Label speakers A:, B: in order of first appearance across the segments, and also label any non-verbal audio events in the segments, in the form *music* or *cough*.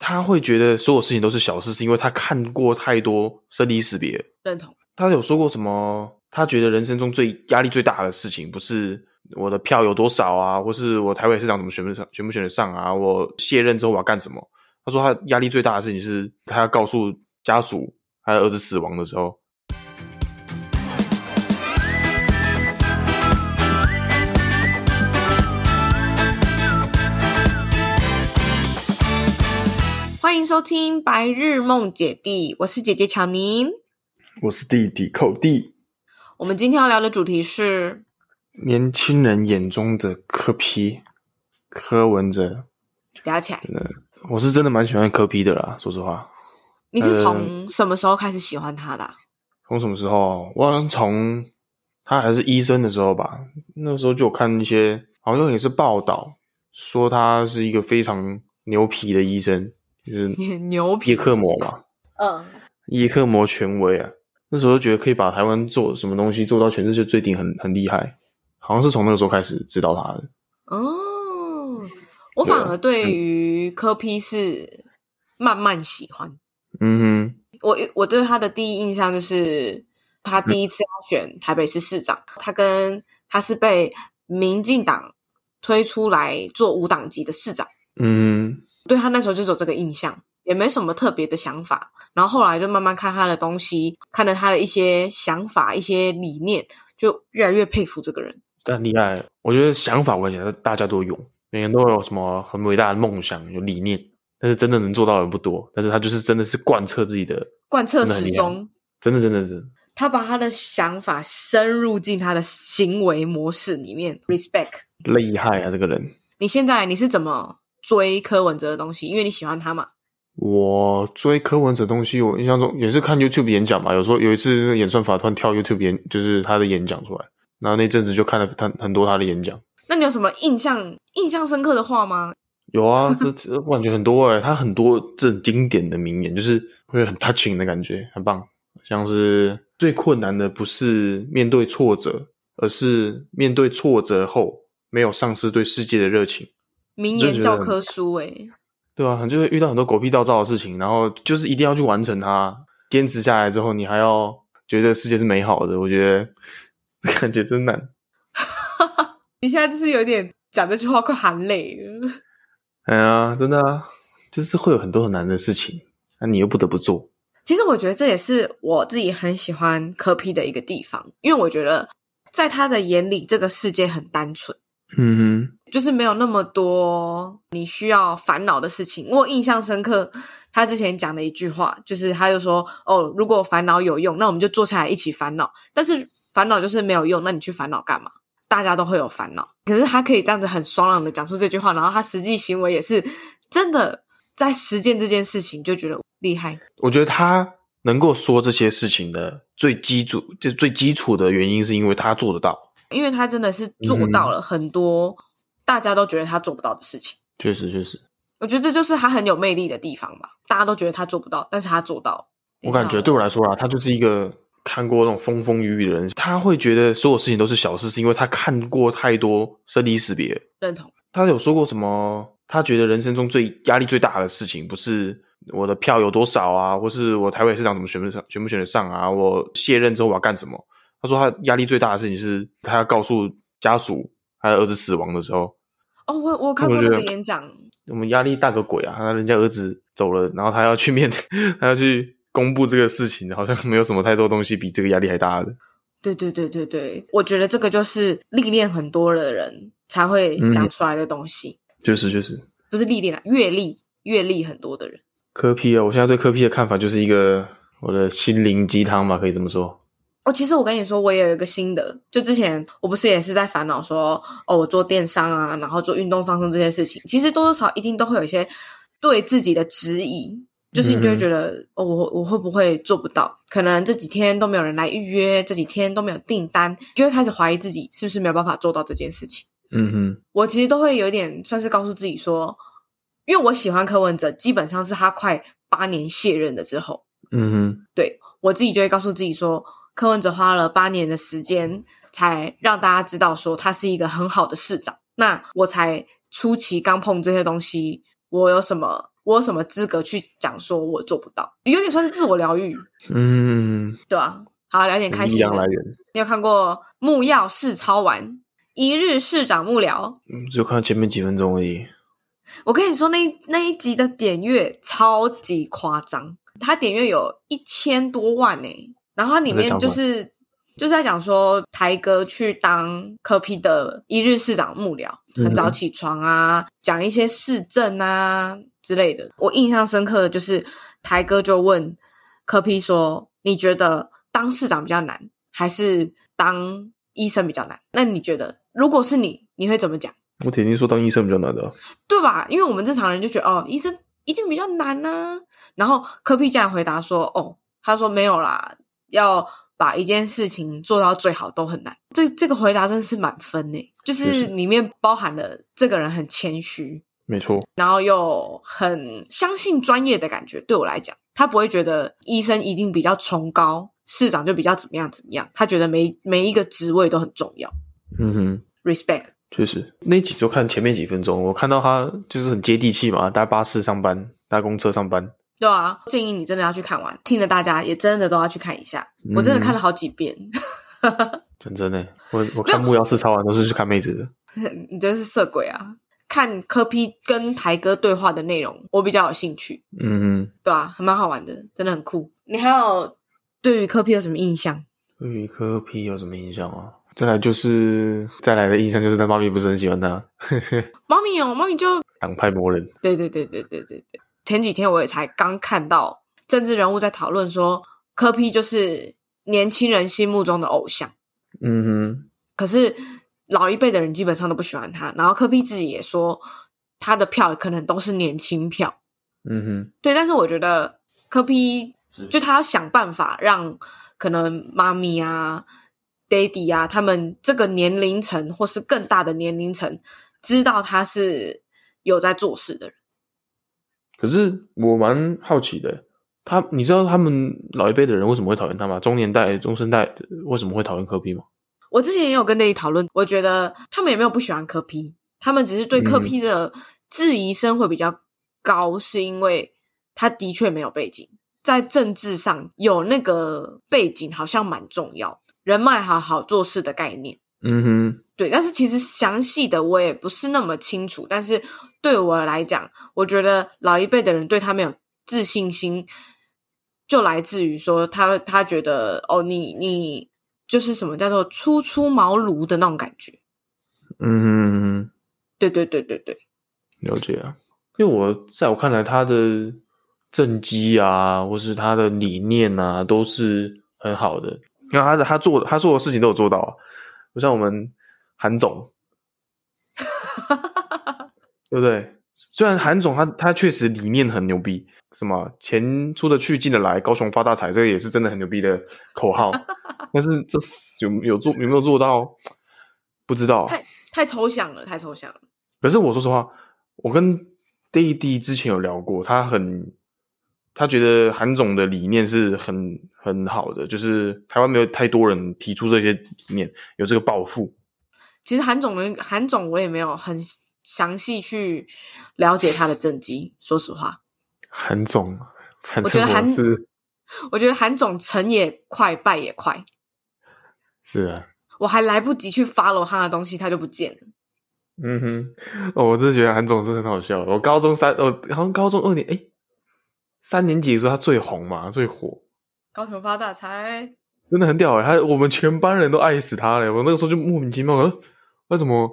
A: 他会觉得所有事情都是小事，是因为他看过太多生离死别。
B: 认同。
A: 他有说过什么？他觉得人生中最压力最大的事情，不是我的票有多少啊，或是我台北市长怎么选不上、选不选得上啊，我卸任之后我要干什么？他说他压力最大的事情是他要告诉家属他的儿子死亡的时候。
B: 欢迎收听《白日梦姐弟》，我是姐姐巧宁。
A: 我是弟弟寇弟，
B: 我们今天要聊的主题是
A: 年轻人眼中的柯批柯文哲，
B: 聊起来。
A: 我是真的蛮喜欢柯批的啦，说实话。
B: 你是从什么时候开始喜欢他的啊、
A: 从什么时候？啊我好像从他还是医生的时候吧，那时候就有看一些，好像也是报道说他是一个非常牛皮的医生，就是
B: 你很牛
A: 叶
B: 皮，
A: 克膜嘛，
B: 嗯，
A: 叶克膜权威啊。那时候就觉得可以把台湾做什么东西做到全世界最顶，很很厉害。好像是从那个时候开始知道他的。
B: 哦，我反而对于柯批是慢慢喜欢。
A: 嗯
B: 我我对他的第一印象就是他第一次要选台北市市长，他跟他是被民进党推出来做无党籍的市长。
A: 哼，嗯
B: 对他那时候就只有这个印象，也没什么特别的想法。然后后来就慢慢看他的东西，看了他的一些想法、一些理念，就越来越佩服这个人。
A: 哼，但厉害。我觉得想法我跟你讲，大家都有，每个人都有什么很伟大的梦想，有理念，但是真的能做到的人不多。但是他就是真的是贯彻自己的
B: 贯彻
A: 真的很厉
B: 始
A: 害
B: 终，
A: 真的真的是，
B: 他把他的想法深入进他的行为模式里面。Respect，
A: 厉害啊！这个人，
B: 你现在你是怎么追柯文哲的东西？因为你喜欢他嘛。
A: 我追柯文哲东西，我印象中也是看 YouTube 演讲吧。有时候有一次那个演算法突然跳 YouTube 演，就是他的演讲出来，然后那阵子就看了他很多他的演讲。
B: 那你有什么印象印象深刻的话吗？
A: 有啊，这这我感觉很多哎、他很多这种经典的名言，就是会很 touching 的感觉，很棒。像是最困难的不是面对挫折，而是面对挫折后没有丧失对世界的热情。
B: 名
A: 就
B: 言
A: 觉
B: 教
A: 得
B: 科书、欸，
A: 对啊，就会遇到很多狗屁倒灶的事情，然后就是一定要去完成它，坚持下来之后，你还要觉得世界是美好的。我觉得 *laughs* 感觉真难。
B: 你现在就是有点讲这句话快含泪了。
A: 哎呀，真的啊，就是会有很多很难的事情，那、你又不得不做。
B: 其实我觉得这也是我自己很喜欢柯批的一个地方，因为我觉得在他的眼里，这个世界很单纯，
A: 嗯哼，
B: 就是没有那么多你需要烦恼的事情。我印象深刻，他之前讲的一句话，就是他就说：“哦，如果烦恼有用，那我们就坐下来一起烦恼。但是烦恼就是没有用，那你去烦恼干嘛？大家都会有烦恼。可是他可以这样子很爽朗的讲出这句话，然后他实际行为也是真的在实践这件事情，就觉得厉害。
A: 我觉得他能够说这些事情的最基础，就最基础的原因，是因为他做得到。
B: 因为他真的是
A: 嗯
B: 做到了很多大家都觉得他做不到的事情。
A: 确实，确实，
B: 我觉得这就是他很有魅力的地方吧。大家都觉得他做不到，但是他做到。
A: 我感觉对我来说啊，他就是一个看过那种风风雨雨的人，他会觉得所有事情都是小事，是因为他看过太多生离死别。
B: 认同，
A: 他有说过什么？他觉得人生中最压力最大的事情，不是我的票有多少啊，或是我台北市长怎么选不上、选不选得上啊，我卸任之后我要干什么？他说他压力最大的事情是他要告诉家属他的儿子死亡的时候，
B: 哦，我我有看过
A: 我
B: 那
A: 觉得
B: 个演讲，
A: 我们压力大个鬼啊！他人家儿子走了，然后他要去面，他要去公布这个事情，好像没有什么太多东西比这个压力还大的。
B: 对对对对对，我觉得这个就是历练很多的人才会
A: 嗯
B: 讲出来的东西，
A: 确实，确实，
B: 不是历练啊，阅历阅历很多的人。
A: 科批啊，我现在对科批的看法就是一个我的心灵鸡汤吧，可以这么说。
B: 哦，其实我跟你说，我也有一个心得，就之前我不是也是在烦恼说，哦，我做电商啊，然后做运动放松这些事情，其实多多少少一定都会有一些对自己的质疑，就是你就会觉得，哦，我我会不会做不到？可能这几天都没有人来预约，这几天都没有订单，就会开始怀疑自己是不是没有办法做到这件事情。
A: 嗯哼，
B: 我其实都会有一点算是告诉自己说，因为我喜欢柯文哲，基本上是他快八年卸任了之后，
A: 嗯哼，
B: 对我自己就会告诉自己说，柯文哲花了八年的时间才让大家知道说他是一个很好的市长。那我才初期刚碰这些东西，我有什么我有什么资格去讲说我做不到？有点算是自我疗愈，
A: 嗯，
B: 对吧、好，聊点开
A: 力
B: 心
A: 量来
B: 的。
A: 源，
B: 你有看过《木曜市操丸》一日市长幕僚？
A: 嗯只有看到前面几分钟而已。
B: 我跟你说，那一那一集的点阅超级夸张，它点阅有一千多万呢、然后它里面就是就是在讲说，台哥去当科批的一日市长幕僚，
A: 嗯
B: 很早起床啊，讲一些市政啊之类的。我印象深刻的就是台哥就问科批说：“你觉得当市长比较难，还是当医生比较难？那你觉得如果是你，你会怎么讲？”
A: 我铁定说当医生比较难的啊，
B: 对吧？因为我们正常人就觉得哦，医生一定比较难呐、然后科比竟然回答说：“哦，他说没有啦，要把一件事情做到最好都很难。这”这个回答真的是满分呢，就
A: 确实
B: 是里面包含了这个人很谦虚，
A: 没错。
B: 然后又很相信专业的感觉。对我来讲，他不会觉得医生一定比较崇高，市长就比较怎么样怎么样。他觉得每每一个职位都很重要
A: 嗯哼，
B: ，respect。
A: 确实。那一集就看前面几分钟，我看到他就是很接地气嘛，搭巴士上班，搭公车上班。
B: 对啊，建议你真的要去看完，听着大家也真的都要去看一下。我真的看了好几遍， *laughs*
A: 讲真的，我我看木曜四超完都是去看妹子的。
B: 你真是色鬼啊！看柯批跟台哥对话的内容，我比较有兴趣，
A: 嗯哼，
B: 对啊，还蛮好玩的，真的很酷。你还有对于柯批有什么印象？
A: 对于科皮有什么印象啊？再来就是再来的印象就是他妈咪不是很喜欢他，
B: 猫咪哦，猫咪就
A: 党派魔人。
B: 对对对对对对对。前几天我也才刚看到政治人物在讨论说，柯批就是年轻人心目中的偶像。
A: 嗯哼，
B: 可是老一辈的人基本上都不喜欢他。然后科比自己也说，他的票可能都是年轻票。
A: 嗯哼，
B: 对，但是我觉得科比
A: 是
B: 就他要想办法让可能妈咪啊、daddy 啊，他们这个年龄层或是更大的年龄层，知道他是有在做事的人。
A: 可是我蛮好奇的，他你知道他们老一辈的人为什么会讨厌他吗？中年代、中生代呃为什么会讨厌科比吗？
B: 我之前也有跟 daddy 讨论，我觉得他们也没有不喜欢科比，他们只是对科比的质疑声会比较高，是因为他的确没有背景，在政治上有那个背景好像蛮重要，人脉好好做事的概念。
A: 嗯哼，
B: 对，但是其实详细的我也不是那么清楚，但是对我来讲，我觉得老一辈的人对他没有自信心，就来自于说他他觉得哦，你你就是什么叫做初出茅庐的那种感觉。
A: 嗯哼嗯哼。
B: 对对对对对，
A: 了解啊，因为我在我看来，他的政绩啊，或是他的理念啊，都是很好的。因为他的他做的他做的事情都有做到啊，不像我们韩总，对不对？虽然韩总他他确实理念很牛逼，什么钱出得去进得来，高雄发大财，这个也是真的很牛逼的口号。但是这是有有做有没有做到，不知道。啊
B: 太太抽象了，太抽象了。
A: 可是我说实话，我跟 d 弟之前有聊过，他很，他觉得韩总的理念是很很好的，就是台湾没有太多人提出这些理念，有这个抱负。
B: 其实韩总的韩总，我也没有很详细去了解他的政绩，说实话，
A: 韩总，啊反
B: 我觉
A: 正
B: 得韩
A: 我是
B: 我觉得韩总成也快，败也快。
A: 是啊，
B: 我还来不及去 follow 他的东西，他就不见了。
A: 嗯哼，哦，我真的觉得韩总是很好笑。我高中三，我好像高中二年，哎，三年级的时候他最红嘛，最火，
B: 高雄发大财，
A: 真的很屌哎、他我们全班人都爱死他嘞！我那个时候就莫名其妙，呃，为什么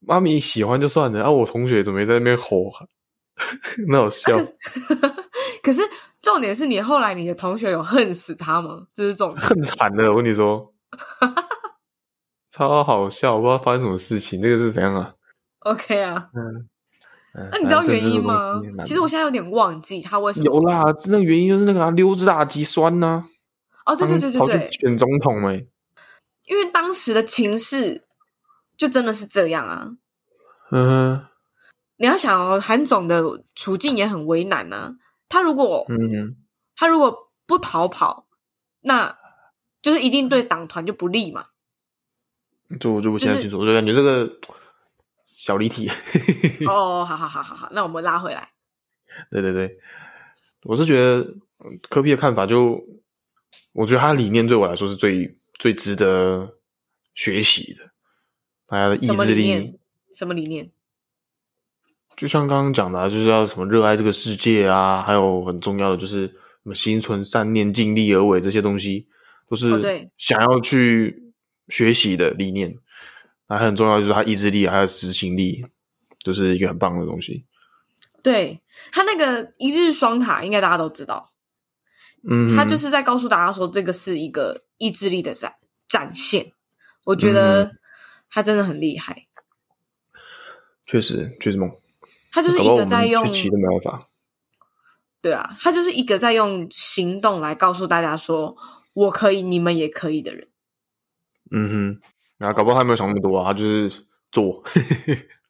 A: 妈咪喜欢就算了，啊，我同学怎么也在那边吼， *laughs* 那好笑。
B: 可是重点是你后来你的同学有恨死他吗？这是重点。
A: 恨惨了，我跟你说，超好笑，我不知道发生什么事情，这个是怎样啊？
B: OK 啊，
A: 嗯
B: 那你知道
A: 反正政
B: 原
A: 治
B: 因
A: 这种
B: 吗
A: 东西很？难
B: 其实我现在有点忘记他为什么
A: 有啦，那个原因就是那个啊，溜之大吉酸呐、
B: 哦，对对对对
A: 跑去
B: 对，
A: 选总统欸没、
B: 因为当时的情势就真的是这样啊。
A: 嗯哼
B: 你要想哦，韩总的处境也很为难啊。他如果、
A: 嗯哼，
B: 他如果不逃跑，那就是一定对党团就不利
A: *laughs*
B: 嘛。
A: 这我就不
B: 就
A: 现在
B: 是
A: 清楚，我就感觉这个小离题。
B: 哦，好好好好好，那我们拉回来。
A: 对对对，我是觉得嗯科比的看法就，我觉得他的理念对我来说是最最值得学习的。大家的意
B: 什么
A: 志
B: 理
A: 力
B: 念，？什么理念？
A: 就像刚刚讲的、啊，就是要什么热爱这个世界啊，还有很重要的就是什么心存善念、尽力而为这些东西，都
B: 哦
A: 是
B: 对
A: 想要去学习的理念。那很重要就是他意志力还有执行力，就是一个很棒的东西。
B: 对他那个一日双塔，应该大家都知道，
A: 嗯，
B: 他就是在告诉大家说，这个是一个意志力的展展现。我觉
A: 嗯
B: 得他真的很厉害，
A: 确实确实梦，
B: 他就是一
A: 搞不好我
B: 个
A: 们
B: 在用
A: 去骑都没办法。
B: 对啊，他就是一个在用行动来告诉大家说，我可以，你们也可以的人。
A: 嗯哼，然后搞不好他没有想那么多啊，他就是做。 *laughs*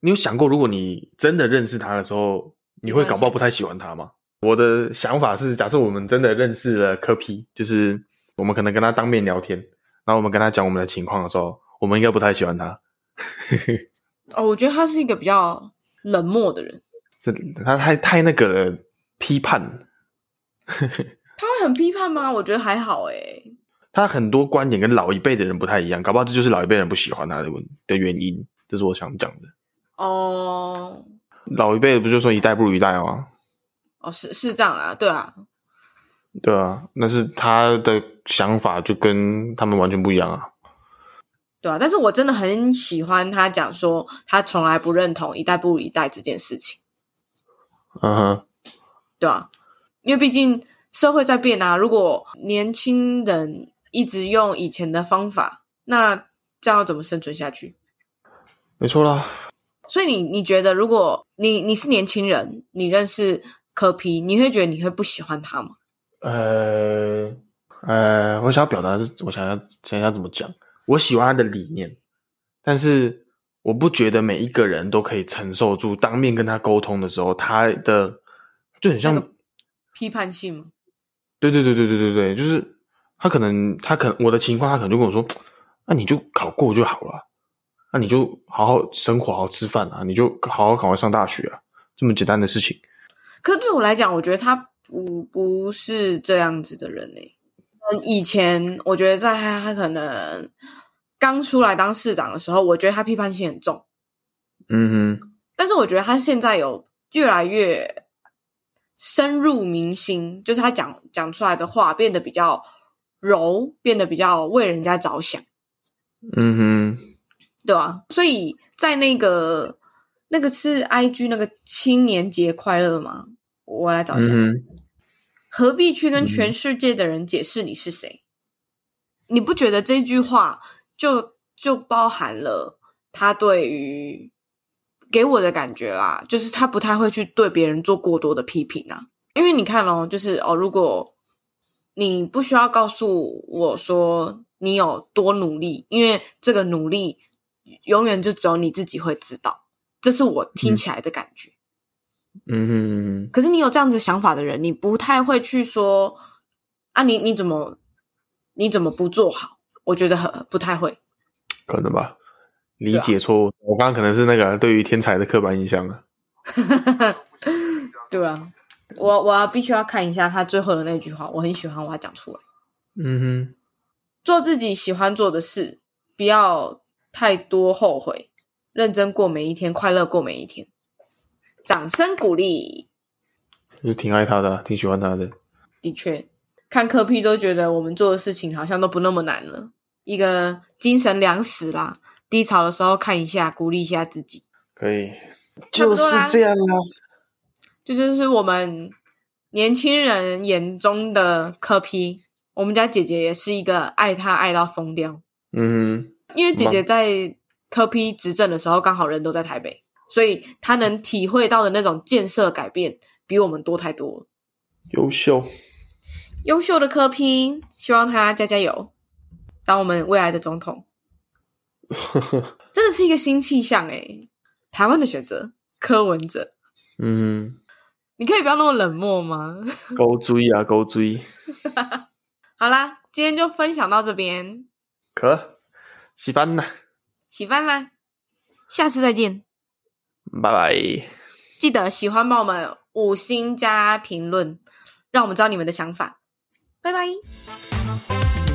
A: 你有想过，如果你真的认识他的时候，你会搞不好不太喜欢他吗？我的想法是，假设我们真的认识了柯皮，就是我们可能跟他当面聊天，然后我们跟他讲我们的情况的时候，我们应该不太喜欢他。
B: 哦，我觉得他是一个比较冷漠的人，
A: 这他太太那个了，批判，
B: 他会很批判吗？我觉得还好欸诶、
A: 他很多观点跟老一辈的人不太一样，搞不好这就是老一辈人不喜欢他的问的原因。这是我想讲的。
B: 哦，
A: 老一辈不就说一代不如一代吗？
B: 哦，是是这样啦，对啊，
A: 对啊，那是他的想法就跟他们完全不一样啊。
B: 对啊。但是我真的很喜欢他讲说，他从来不认同一代不如一代这件事情，
A: 嗯哼，
B: 对啊，因为毕竟社会在变啊，如果年轻人一直用以前的方法，那这样要怎么生存下去？
A: 没错啦。
B: 所以你你觉得，如果你你是年轻人，你认识柯皮，你会觉得你会不喜欢他吗？
A: 呃呃，我想要表达的是，我想要想要怎么讲？我喜欢他的理念，但是我不觉得每一个人都可以承受住当面跟他沟通的时候，他的就很像，
B: 那个批判性吗？
A: 对对对对对对对，就是他可能他可能我的情况，他可能就跟我说，那、你就考过就好了，那、你就好好生活，好好吃饭啊，你就好好赶快上大学啊，这么简单的事情。
B: 可是对我来讲，我觉得他不不是这样子的人呢、嗯，以前我觉得在他他可能刚出来当市长的时候，我觉得他批判性很重，
A: 嗯哼，
B: 但是我觉得他现在有越来越深入民心，就是他讲讲出来的话变得比较柔，变得比较为人家着想。
A: 嗯哼，
B: 对啊，所以在那个那个是 I G 那个青年节快乐吗？我来找一
A: 嗯
B: 下，
A: 哼，
B: 何必去
A: 嗯
B: 跟全世界的人解释你是谁？你不觉得这句话就就包含了他对于给我的感觉啦，就是他不太会去对别人做过多的批评啊。因为你看哦，就是哦，如果你不需要告诉我说你有多努力，因为这个努力永远就只有你自己会知道，这是我听起来的感觉。
A: 嗯哼，
B: 可是你有这样子想法的人，你不太会去说啊，你你怎么你怎么不做好？我觉得很不太会。
A: 可能吧，理解错误。我刚刚可能是那个啊对于天才的刻板印象啊了。
B: 对啊，我我要必须要看一下他最后的那句话，我很喜欢，我要讲出来：
A: 嗯
B: 做自己喜欢做的事，不要太多后悔，认真过每一天，快乐过每一天。掌声鼓励，
A: 哼，就是挺爱他的，啊挺喜欢他的。
B: 的确，看科批都觉得我们做的事情好像都不那么难了，一个精神粮食啦。低潮的时候看一下，鼓励一下自己。
A: 可以，
B: 差不多啦啊就是这
A: 样啊啦。
B: 这就是我们年轻人眼中的柯批。我们家姐姐也是一个爱他爱到疯掉，
A: 嗯
B: 因为姐姐在柯批执政的时候，刚好人都在台北，所以她能体会到的那种建设改变，比我们多太多了。
A: 哼，优秀。
B: 优秀的柯批，希望他加加油，当我们未来的总统，真的是一个新气象诶、台湾的选择，柯文哲，
A: 嗯
B: 你可以不要那么冷漠吗？ *laughs*
A: 哼，勾追啊，勾追。
B: 好啦，今天就分享到这边。
A: 可，喜欢啦，
B: 喜欢啦，下次再见。
A: 拜拜。
B: 记得喜欢帮我们五星加评论，让我们知道你们的想法。拜拜。